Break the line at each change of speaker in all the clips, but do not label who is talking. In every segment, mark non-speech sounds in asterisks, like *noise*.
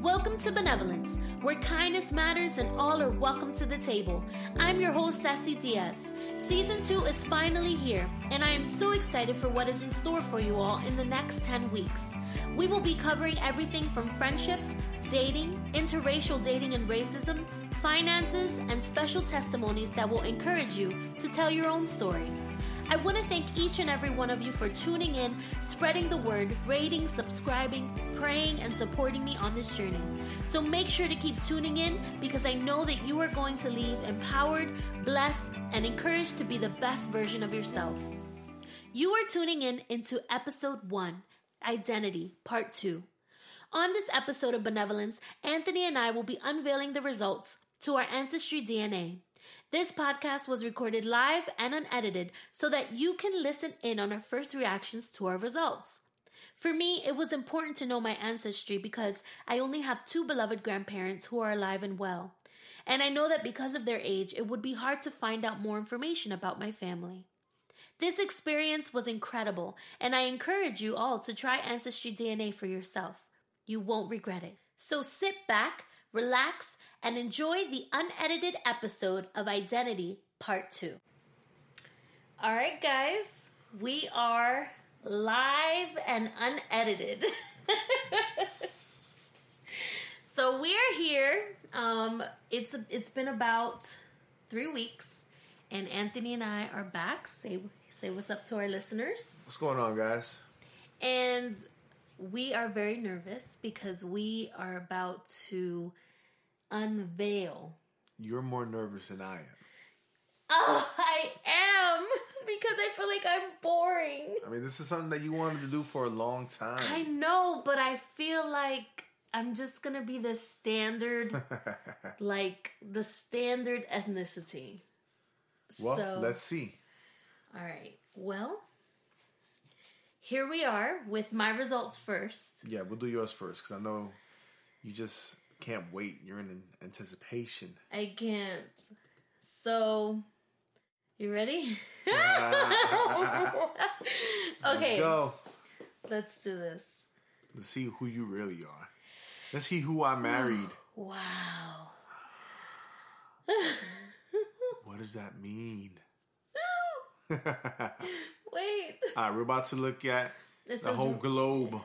Welcome to Benevolence, where kindness matters and all are welcome to the table. I'm your host, Sassy Diaz. Season 2 is finally here, and I am so excited for what is in store for you all in the next 10 weeks. We will be covering everything from friendships, dating, interracial dating and racism, finances, and special testimonies that will encourage you to tell your own story. I want to thank each and every one of you for tuning in, spreading the word, rating, subscribing, praying, and supporting me on this journey. So make sure to keep tuning in because I know that you are going to leave empowered, blessed, and encouraged to be the best version of yourself. You are tuning in into episode one Identity, part two. On this episode of Benevolence, Anthony and I will be unveiling the results to our Ancestry DNA. This podcast was recorded live and unedited so that you can listen in on our first reactions to our results. For me, it was important to know my ancestry because I only have two beloved grandparents who are alive and well. And I know that because of their age, it would be hard to find out more information about my family. This experience was incredible, and I encourage you all to try Ancestry DNA for yourself. You won't regret it. So sit back, relax, and enjoy the unedited episode of Identity Part 2. All right, guys, we are live and unedited. *laughs* so we're here. Um, it's it's been about three weeks, and Anthony and I are back. Say say what's up to our listeners,
What's going on, guys?
and we are very nervous because we are about to unveil
You're more nervous than I am.
Oh, I am because I feel like I'm boring.
I mean, this is something that you wanted to do for a long time.
I know, but I feel like I'm just gonna be the *laughs* standard, like the standard ethnicity.
*laughs* well,
So-
let's see.
All right. Well, here we are with my results first.
Yeah, we'll do yours first because I know you just can't wait. You're in anticipation.
I can't. So, you
*laughs*
ready?
Let's
okay,
go.
let's do this.
Let's see who you really are. Let's see who I
*gasps*
married.
Wow.
*sighs*
*laughs*
what does that mean? *laughs*
Wait.
All right, we're about to look at
This
the
is *laughs*
whole globe.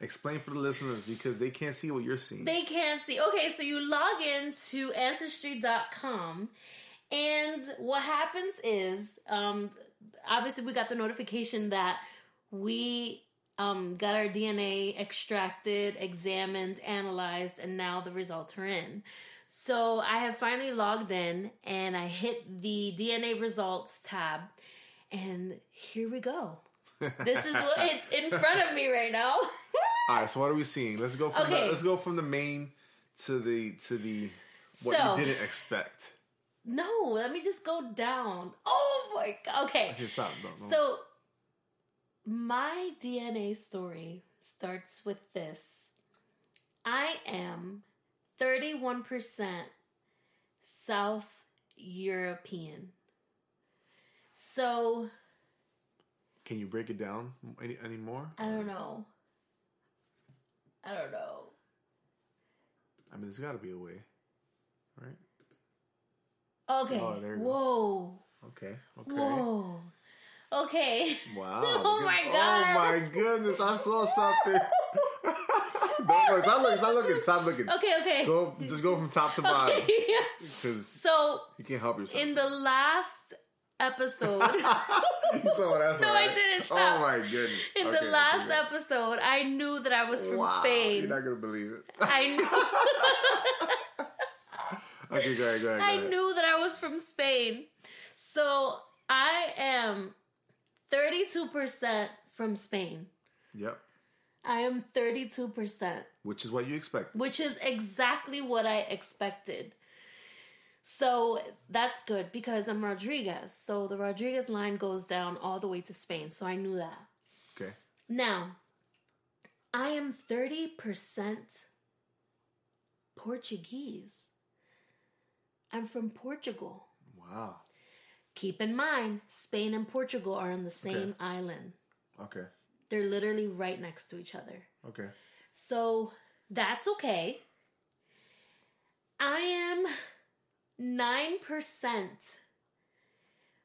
Explain for the listeners because they can't see what you're seeing.
They can't see. Okay, so you log in to ancestry.com, and what happens is, um, obviously, we got the notification that we um, got our DNA extracted, examined, analyzed, and now the results are in. So I have finally logged in and I hit the DNA results tab, and here we go. This
*laughs*
is what it's in front of me right now.
All right, so what are we seeing? Let's go from
Okay.
the, let's go from the main to the to the what
So-
you didn't expect.
No, let me just go down. Oh my god. Okay.
Okay, stop. No, no.
So my DNA story starts with this. I am 31% South European. So,
can you break it down any any more?
I don't know. I don't know.
I mean, there's got to be a way, right?
Okay.
Oh, there you go.
Whoa.
Okay. Okay.
Whoa. Okay. *laughs*
Wow.
Oh
Good-
my
Oh
God.
my goodness! I
*laughs*
saw something. *laughs* don't look. Stop looking. Stop looking. Stop looking.
Okay, okay.
Go. Just go from top to bottom
*laughs* Okay.
because
*laughs* So,
you can't help *laughs* yourself.
in the last
*laughs*
episode,
you saw what I saw.
No, I
right?
didn't.
Oh
Stop.
my goodness!
in
Okay,
the last
okay.
episode, I knew that I was from
Wow,
Spain. *laughs*
You're not gonna believe it.
I
*laughs*
knew,
Okay, go ahead, go ahead. Go
I
ahead.
knew that I was from Spain. So I am 32% from Spain.
Yep.
I am 32%,
Which is what you expect.
which is exactly what I expected. So that's good because I'm Rodriguez. So the Rodriguez line goes down all the way to Spain. So I knew that.
Okay.
Now, I am 30% Portuguese. I'm from Portugal.
Wow.
Keep in mind, Spain and Portugal are on the same
Okay.
island.
Okay.
They're literally right next to each other.
Okay.
So, That's okay. I am 9%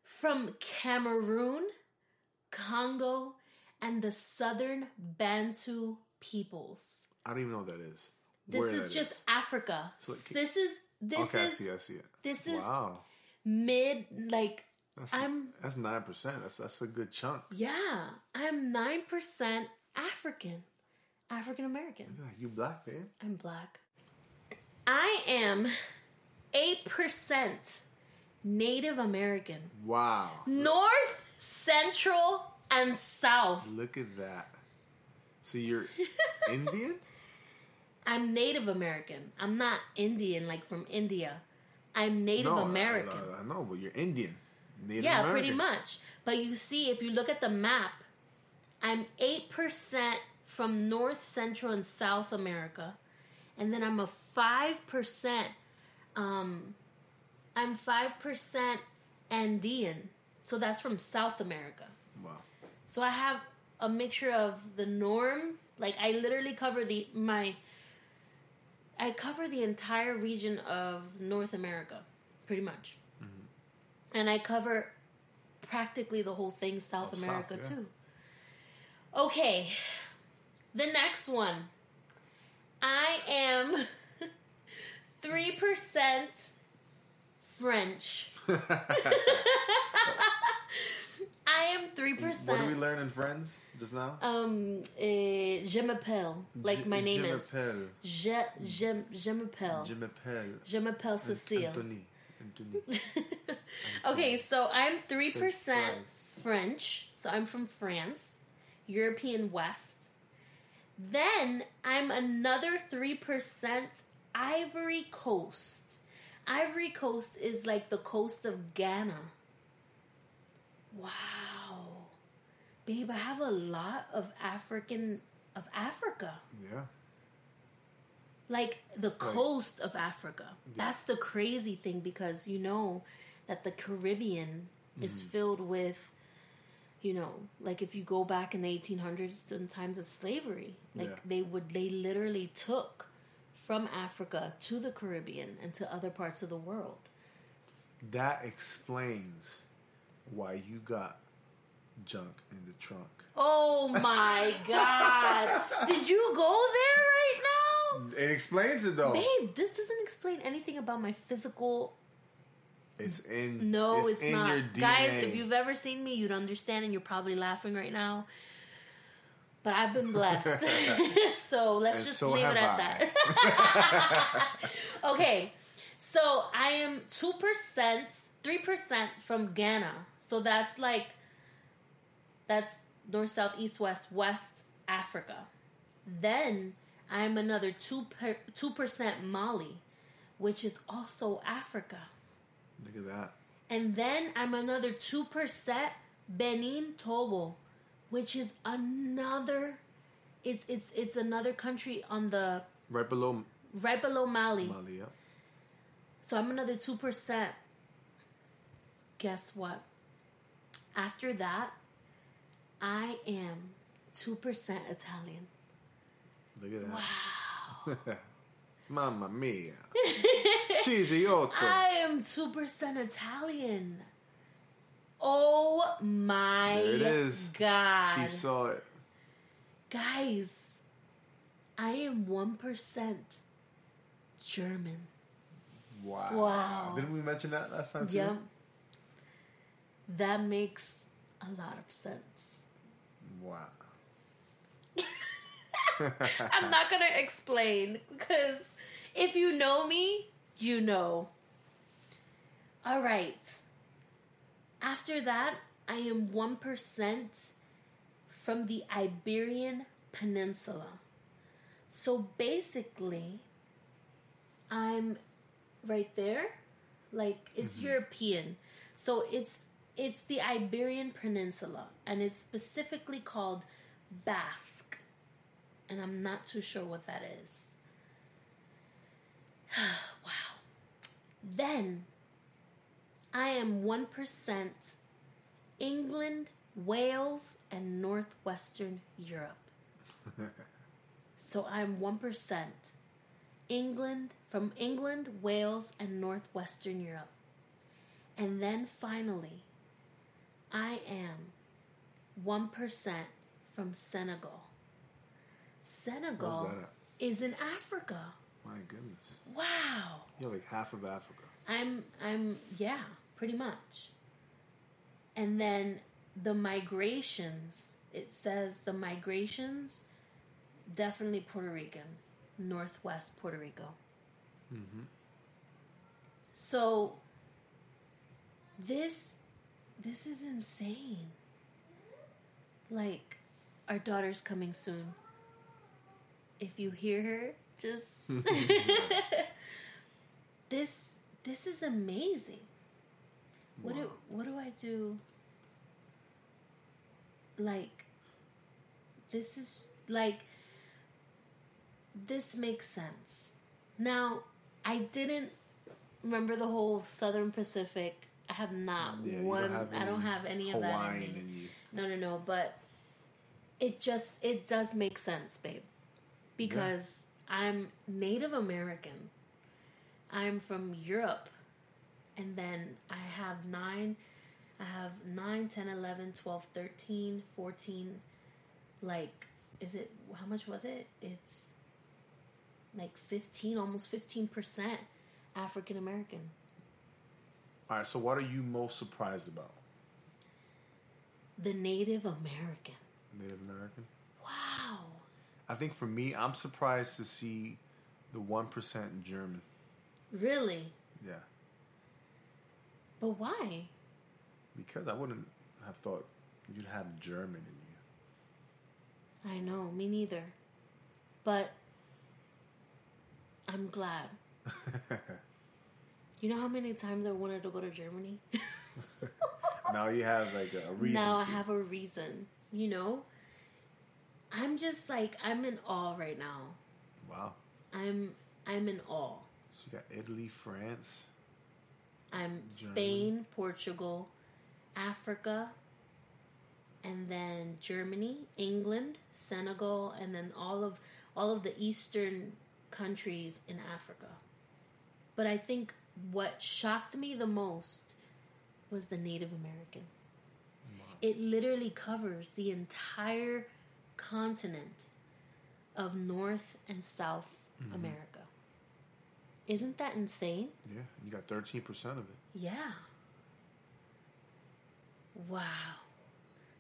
from Cameroon, Congo, and the southern Bantu peoples.
I don't even know what that is.
This
Where
is
that
just Africa.
So it ca-
this is this
okay, I
is
see, I see it.
this is
wow.
mid like
That's
I'm-
that's nine percent. That's that's a good chunk.
yeah, I'm 9% African. African American.
Yeah, you black man.
I'm black. I am 8% Native American.
Wow.
North, Central, and South.
Look at that.
*laughs*
So you're Indian?
I'm Native American. I'm not Indian, like from India. I'm Native
No, I-
American.
I, I know, but you're Indian. Native
yeah,
American.
pretty much. But you see, if you look at the map, I'm 8% from North, Central, and South America. And then I'm a 5%, um, I'm 5% Andean. So that's from South America.
Wow. *laughs*
So I have a mixture of the norm. Like I literally cover the, my, I cover the entire region of North America, pretty much and I cover practically the whole thing South
Mm-hmm. Oh, South,
America
yeah.
too. Okay. The next one. I am *laughs* 3% French. I am 3%.
What do we learn in Friends just now?
um eh, je m'appelle like my name
Je
is
m'appelle-
je je je
Je Euh,
m'appelle
m'appelle
je m'appelle Cecile.
Anthony. Anthony.
*laughs* okay, so I'm 3%
fries.
French. So I'm from France, European West. Then I'm another 3% Ivory Coast. Ivory Coast is like the coast of Ghana. Wow. Babe, I have a lot of African of Africa.
yeah.
Like the coast of Africa. That's the crazy thing because you know that the Caribbean is filled with, you know, like if you go back in the 1800s and times of slavery, like
Yeah.
they would, they literally took from Africa to the Caribbean and to other parts of the world.
That explains why you got junk in the trunk.
Oh my God. Did you go there right now?
It explains it though.
Babe, this doesn't explain anything about my physical
It's in
No, it's,
in
not.
your DNA.
Guys, if you've ever seen me, you'd understand, and you're probably laughing right now. But I've been
*laughs*
blessed. *laughs* so let's
And
just
so
leave it
have
at that. *laughs* okay. So I am 2%, 3% from Ghana. So that's like, that's north, south, east, west, west Africa. Then I'm another 2 per, 2% Mali, which is also Africa.
Look at that.
And then I'm another 2% Benin Togo, which is another it's it's it's another country on the
Right below
right below Mali.
Mali, yeah.
So I'm another 2%. Guess what? After that, I am 2% Italian.
Look at that.
Wow.
*laughs* Mamma mia. Cheesy
*laughs*
otto.
*laughs* I am 2% Italian. Oh my
There it is.
god.
She saw it.
Guys, I am 1% German.
Wow.
Wow.
Didn't we mention that last time too?
Yep. That makes a lot of sense. *laughs*
Wow. *laughs*
I'm not going to explain because if you know me, you know. All right. After that, I am 1% from the Iberian Peninsula. So basically, I'm right there. Like it's European. So it's it's the Iberian Peninsula and it's specifically called Basque and I'm not too sure what that is. *sighs* wow. Then I am 1% England, Wales, and Northwestern Europe. So I'm 1%. England, from England, Wales, and Northwestern Europe. And then finally, I am 1% from Senegal. Senegal
Where's that at?
is in Africa.
My goodness.
Wow.
You're like half of Africa.
I'm I'm yeah, pretty much. And then the migrations, it says the migrations definitely Puerto Rican, northwest Puerto Rico.
Mm-hmm.
So this this is insane. Like our daughter's coming soon. If you hear her, just *laughs* this this is amazing. What do
Wow.
what do I do? Like this is like this makes sense. Now, I didn't remember the whole Southern Pacific. I have not
Yeah, you
one I
any
don't have any of that in
Hawaiian
me.
in you.
No, no, no. But it just it does make sense, babe, because I'm Native American. I'm from Europe, and then I have nine. I have 9, 10, 11, 12, 13, 14. Like, is it, how much was it? It's like 15, almost 15% African American.
All right, so what are you most surprised about?
The Native American.
Native American?
Wow.
I think for me, I'm surprised to see the 1% German.
Really?
Yeah.
But why?
Because I wouldn't have thought you'd have German in you.
I know, me neither. But I'm glad. you know how many times I wanted to go to Germany?
*laughs* Now you have like a reason.
now I
to.
have a reason, you know? I'm just like I'm in awe right now.
Wow.
I'm I'm in awe.
So you got Italy, France.
I'm Um, Spain, Portugal, Africa, and then Germany, England, Senegal, and then all of all of the eastern countries in Africa. But I think what shocked me the most was the Native American. It literally covers the entire continent of North and South America. Isn't that insane?
Yeah. You got 13% of it.
Yeah. Wow.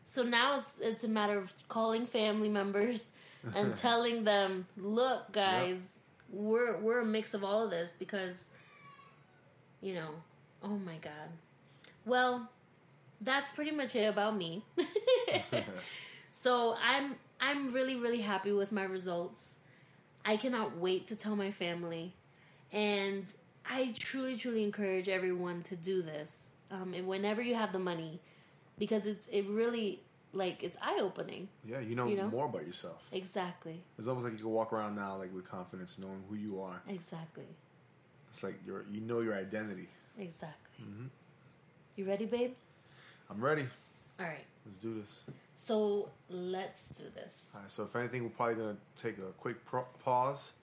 So now it's it's a matter of calling family members and telling them, "Look, guys, we're we're a mix of all of this because you know, oh my god. Well, that's pretty much it about me. *laughs* so, I'm I'm really really happy with my results. I cannot wait to tell my family. And I truly, truly encourage everyone to do this. Um, and whenever you have the money, because it's it really like it's eye opening.
*laughs* Yeah, you know,
You know?
more about yourself.
Exactly,
It's almost like you can walk around now like with confidence, knowing who you are.
exactly,
It's like you're you know your identity.
exactly. You ready, babe?
I'm ready.
All right.
Let's do this.
So let's do this,
All right. So if anything, we're probably gonna take a quick pro- pause,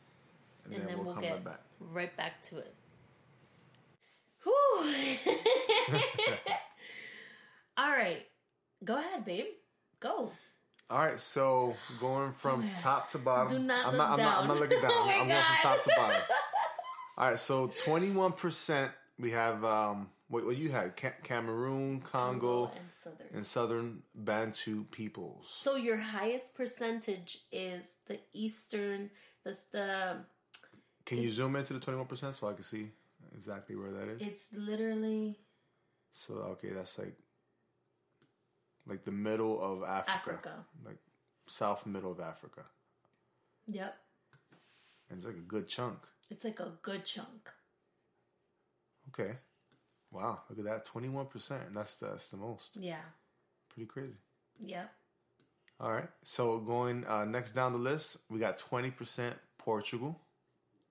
and,
and
then, we'll, come
get
right back.
right back to it. Whew. *laughs* All right, go ahead, babe. Go.
All right. So
*sighs*
going from top to bottom.
Do not
I'm
look
not, I'm not.
down.
I'm not looking down.
*laughs* Oh my
I'm going from
God.
top to
*laughs*
bottom. All right. So 21 percent. We have um. What, what you had? Ca- Cameroon, Congo,
and Southern.
and Southern Bantu peoples.
So your highest percentage is the eastern. That's the.
Can you zoom into the 21% so I can see exactly where that is?
It's literally
So okay, that's like like the middle of Africa.
Africa.
Like south middle of Africa.
Yep.
And it's like a good chunk.
It's like a good chunk.
Okay. Wow, look at that. Twenty one percent. And that's the, that's the most.
Yeah.
Pretty crazy.
Yep.
All right. So going uh, next down the list, we got twenty percent Portugal.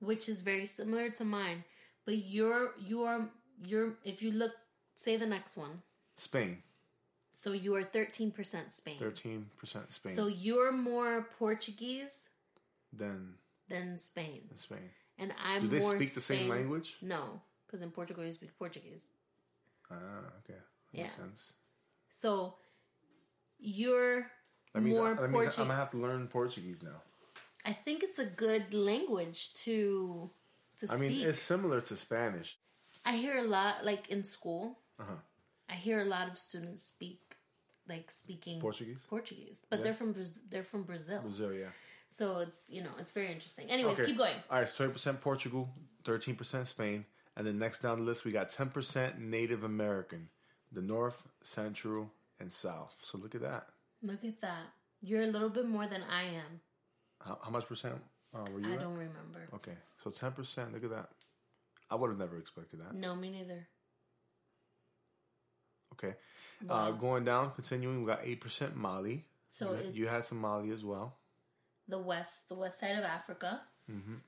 Which is very similar to mine, but you're you are you're if you look say the next one.
Spain.
So you are thirteen percent Spain.
Thirteen percent Spain.
So you're more Portuguese
than
than Spain.
in Spain.
And I'm
Do they
more
speak the same
Spain-
language?
No, because in Portugal you speak Portuguese.
Ah, okay. That
Yeah.
makes sense.
So you're
That means,
more
that means
Portuguese.
I'm gonna have to learn Portuguese now.
I think it's a good language to to
I
speak.
mean, it's similar to Spanish.
I hear a lot, like in school,
Uh huh.
I hear a lot of students speak, like speaking
Portuguese,
Portuguese, but
Yeah.
they're from Braz- they're from Brazil,
Brazil, yeah.
so it's you know it's very interesting. Anyways,
Okay.
keep going.
All right, so 20% Portugal, 13% Spain, and then next down the list we got 10% Native American, the North, Central, and South. So look at that.
Look at that. You're a little bit more than I am.
How, how much percent uh, were you?
I
at?
don't remember.
Okay, so 10%. Look at that. I would have never expected that.
No, me neither.
Okay, uh,
Wow.
going down, continuing, we got 8% Mali.
So
you,
it's
you had some Mali as well.
the west, the west side of Africa.
Mhm.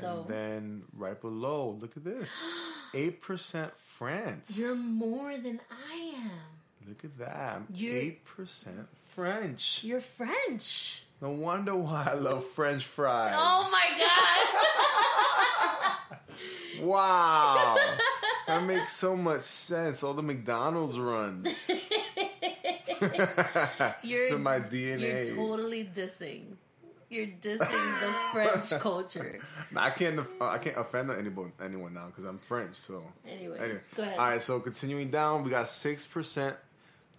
So
And then right below, look
*gasps*
at this 8% France.
you're more than I am.
Look at that.
You're-
Eight percent French.
You're French.
No wonder why I love French fries.
Oh my god. *laughs*
Wow. that makes so much sense. All the McDonald's runs. it's
*laughs*
*laughs*
You're-
in my
You're
DNA.
totally dissing. You're dissing the French
*laughs*
culture.
I can't. uh, I can't offend anyone anyone now because I'm French. So
Anyways,
anyway.
go ahead.
All right. So continuing down, we got six percent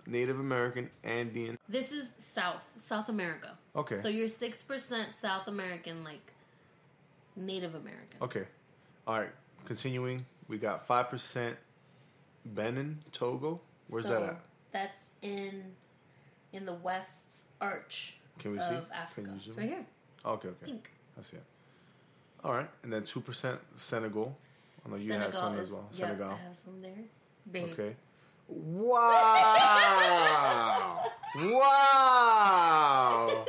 Native American, Andean.
This is South South America.
Okay.
So you're six percent South American, like Native American.
Okay. All right. Continuing, we got five percent Benin, Togo. Where's
so
that at?
That's in in the West Arch
Can we see?
of
Can
Africa.
you
It's
zoom
right
in?
here.
Okay, okay.
Pink.
I see it. All right, and then two percent Senegal. I know you had some as
is-
well.
yep,
Senegal.
I have some there. Babe.
Okay. Wow! wow!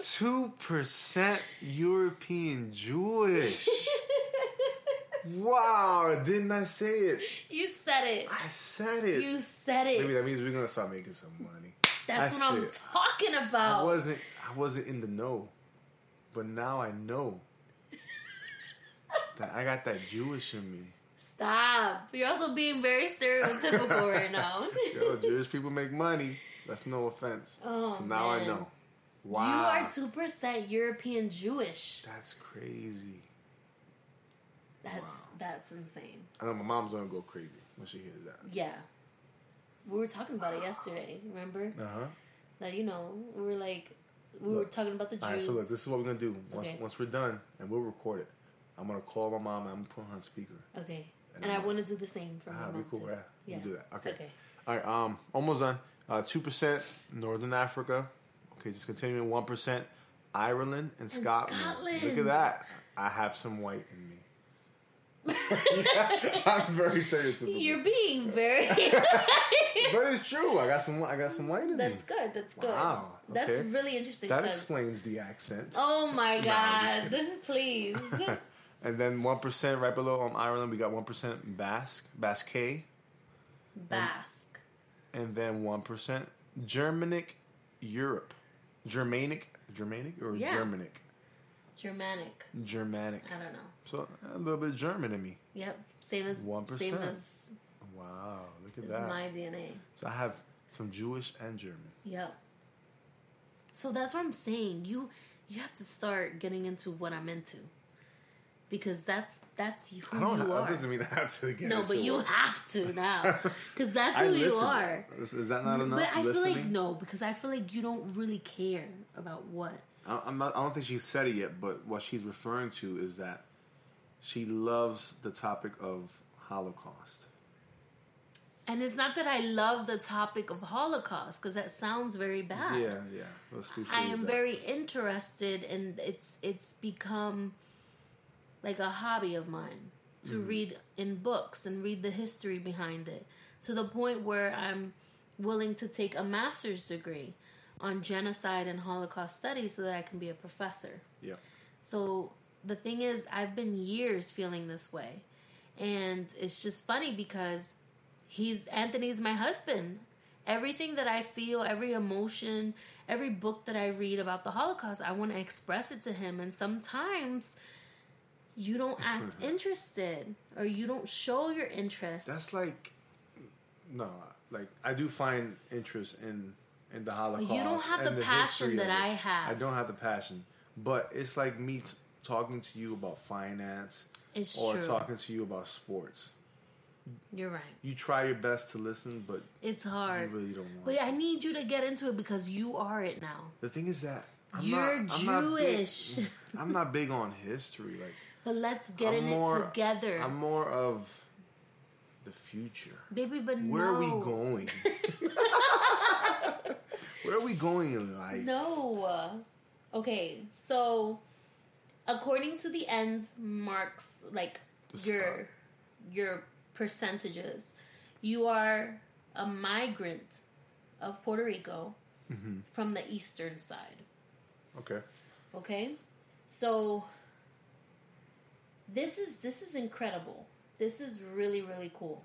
Two percent European Jewish. wow! Didn't I say it?
*laughs* you said it.
I said it.
You said it.
Maybe that means we're gonna start making some money.
That's
I
what I'm
said it.
talking about.
I wasn't I wasn't in the know, but now I
*laughs*
know that I got that Jewish in me.
Stop. You're also being very
*laughs*
stereotypical right now. *laughs*
Yo, Jewish people make money. That's no offense.
Oh,
so now I
man.
know.
You
Wow,
are two percent European Jewish.
that's crazy.
That's
Wow.
that's insane.
I know my mom's gonna go crazy when she hears that.
Yeah. We were talking about it yesterday, remember?
Uh huh.
That you know, we were like we were
Look.
talking about the Jews.
All right, so look, this is what we're gonna do. Once,
Okay.
once we're done, and we'll record it. I'm gonna call my mom. and I'm gonna put her on speaker.
okay.
And
And, I
I'm-
want to do the same for my
Ah, be
mom,
cool.
too.
Yeah,
Yeah.
we'll do that.
Okay.
All right, um, almost done. Two percent Northern Africa. Okay, just continuing. One percent Ireland and Scotland. Look at
Scotland.
that. I have some white in me. *laughs* I'm very stereotypical,
You're being
*laughs*
very *laughs*
but it's true. I got some. I got some white in me.
That's good. That's good.
Wow,
That's
okay.
really interesting.
That
'cause-
explains the accent. *laughs*
Oh my
I'm just
god. *laughs* Please.
*laughs* and then one percent right below um, Ireland, we got one percent Basque, Basque,
Basque.
and then one percent Germanic, Europe, Germanic, Germanic or
Yeah.
Germanic,
Germanic.
Germanic.
I don't know.
So a little bit German in me.
Yep. Same as same
1%.
as,
Wow, look
as
at that.
my DNA.
So I have some Jewish and German.
Yep. So that's what I'm saying. You you have to start getting into what I'm into. Because that's that's who
I don't.
you
that
are.
doesn't mean I have to get
no,
into
but you
it.
have to
*laughs*
now. Because that's
I
who you
listen.
are.
Is, is that not enough?
But I
listening?
feel like no, because I feel like you don't really care about what.
I, I'm not. I don't think she said it yet. But what she's referring to is that she loves the topic of Holocaust.
And it's not that I love the topic of Holocaust, because that sounds very bad.
Yeah, yeah. Let's be
Ah. I
free as
am
that.
very interested, and it's it's become like a hobby of mine to
Mm-hmm.
read in books and read the history behind it to the point where I'm willing to take a master's degree on genocide and Holocaust studies so that I can be a professor.
Yeah.
So the thing is, I've been years feeling this way, and it's just funny because he's Anthony's my husband, Everything that I feel, every emotion, every book that I read about the Holocaust, I want to express it to him. And sometimes you
*laughs*
don't act interested or you don't show your interest.
That's like no, like I do find interest in in the Holocaust.
you don't have
and
the passion
history of
that
it.
I have.
I don't have the passion, but it's like me t- talking to you about finance
It's
or
true.
talking to you about sports.
You're right.
You try your best to listen, but
It's hard.
you really don't want.
But
to.
I need you to get into it because you are it now.
the thing is that I'm
You're
not, I'm not big-
Jewish.
I'm not big on history. Like
but let's get
I'm
in
more,
it together.
I'm more of the future.
Baby, but
Where
no.
are we
*laughs*
going? Where are we going in life?
No. Okay, so according to the end marks, like
The
your your percentages, you are a migrant of Puerto Rico from the eastern side.
Mm-hmm. Okay.
Okay, so this is this is incredible. This is really really cool.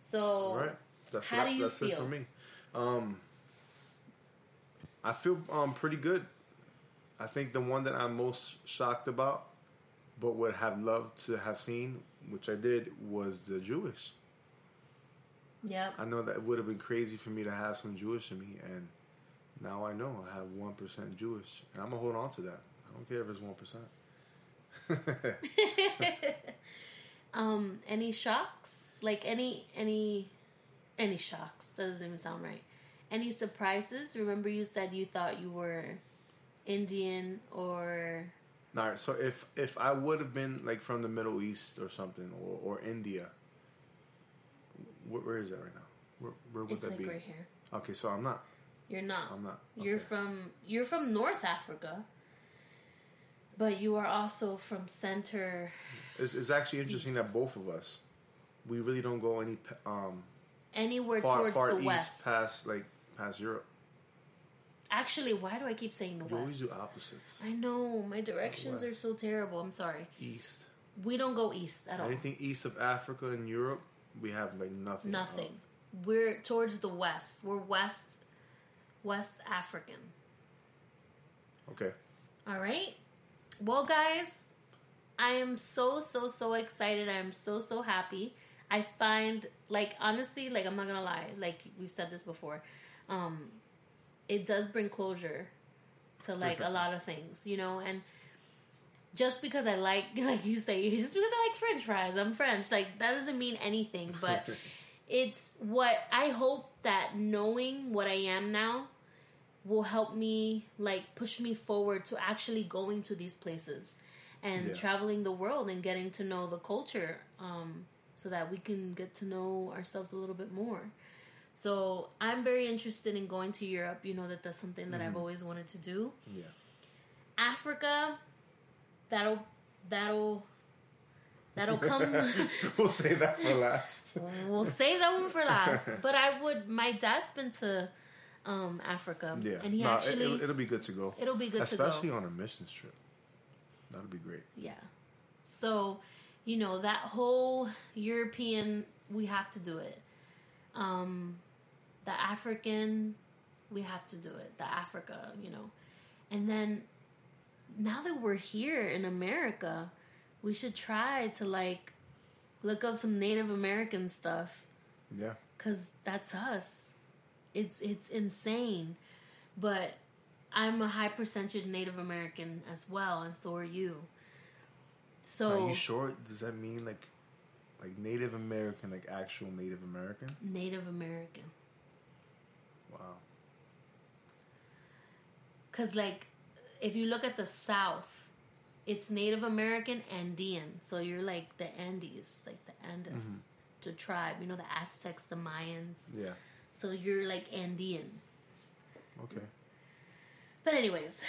So
All right. That's
How
what
do
I-
you
that's it
feel?
for me. Um, I feel um pretty good. I think the one that I'm most shocked about, but would have loved to have seen, which I did, was the Jewish.
yep,
I know that it would have been crazy for me to have some Jewish in me, and now I know I have one percent Jewish, and I'm gonna hold on to that. I don't care if it's one percent. *laughs*
*laughs* Um, any shocks? Like any any any shocks? That doesn't even sound right. Any surprises? Remember you said you thought you were Indian or
All right. So if if I would have been like from the Middle East or something or, or India, where, where is that right now? Where, where would
it's
that
like
be?
right here.
Okay, so I'm not.
You're not.
I'm not.
You're
Okay.
from you're from North Africa. But you are also from center
It's, it's actually interesting
East.
that both of us, we really don't go any p- um
anywhere
far
towards
far
the
east
west.
past like past Europe.
Actually, why do I keep saying the
We always
west?
do opposites.
I know, my directions are
west.
so terrible. I'm sorry.
East.
We don't go east at all.
Anything east of Africa and Europe, we have like nothing. of.
Nothing. We're towards the west. We're west West African.
Okay.
All right? Well, guys, I am so so so excited. I am so so happy. I find like honestly, like I'm not going to lie. Like we've said this before. Um it does bring closure to like a lot of things, you know, and just because I like, *laughs* like you say, just because I like French fries, I'm French. Like that doesn't mean
*laughs*
anything, but it's what I hope that knowing what I am now will help me like push me forward to actually going to these places and
Yeah.
traveling the world and getting to know the culture um, so that we can get to know ourselves a little bit more so i'm very interested in going to europe you know that that's something that i've always wanted to do
Yeah.
africa that'll that'll that'll come
*laughs*
*laughs*
we'll say that for last. *laughs*
we'll save that one for last. But I would. My dad's been to um, Africa,
Yeah.
and he
No, it-
actually
it'll, it'll be good to go.
it'll be good to
especially
go.
on a missions trip. That'd be great.
Yeah. So, you know that whole European, we have to do it. Um, the African, we have to do it. The Africa, you know, and then now that we're here in America, we should try to like look up some Native American stuff.
Yeah,
cuz that's us. It's it's insane. But I'm a high percentage Native American as well and so are you. So
are you sure? Does that mean like, like Native American, like actual Native American?
Native American
Wow.
cuz like if you look at the south it's Native American Andean. So you're like the Andes, like the Andes,
Mm-hmm.
the tribe, you know the Aztecs, the Mayans.
Yeah.
So you're like Andean.
Okay.
But anyways,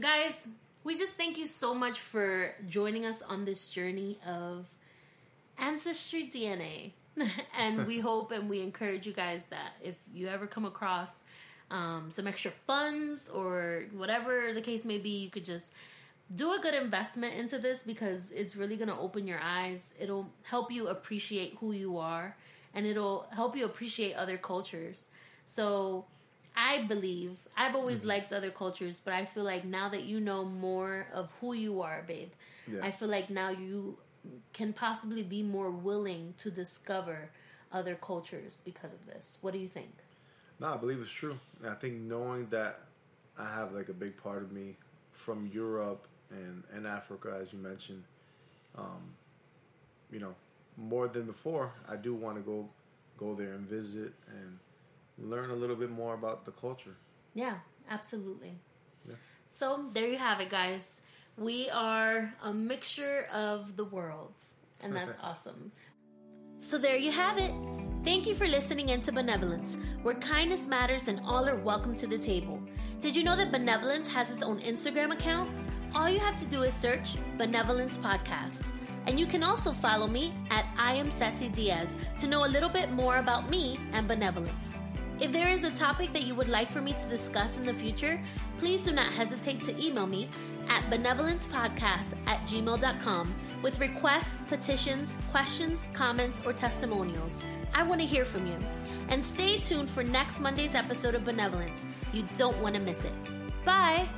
guys, we just thank you so much for joining us on this journey of ancestry DNA. *laughs* and we hope and we encourage you guys that if you ever come across um, some extra funds or whatever the case may be, you could just do a good investment into this because it's really going to open your eyes. It'll help you appreciate who you are and it'll help you appreciate other cultures. So I believe I've always liked other cultures, but I feel like now that you know more of who you are, babe,
Yeah.
I feel like now you can possibly be more willing to discover other cultures because of this. What do you think?
No, I believe it's true. And I think knowing that I have like a big part of me from Europe and, and Africa, as you mentioned, um, you know, more than before, I do want to go go there and visit and learn a little bit more about the culture.
Yeah, absolutely.
Yeah.
So there you have it, guys. We are a mixture of the world, and that's awesome. So there you have it. Thank you for listening into Benevolence, where kindness matters and all are welcome to the table. Did you know that Benevolence has its own Instagram account? All you have to do is search Benevolence Podcast. And you can also follow me at I am Ceci Diaz to know a little bit more about me and benevolence. If there is a topic that you would like for me to discuss in the future, please do not hesitate to email me at benevolencepodcast at gmail.com with requests, petitions, questions, comments, or testimonials. I want to hear from you. And stay tuned for next Monday's episode of Benevolence. You don't want to miss it. Bye!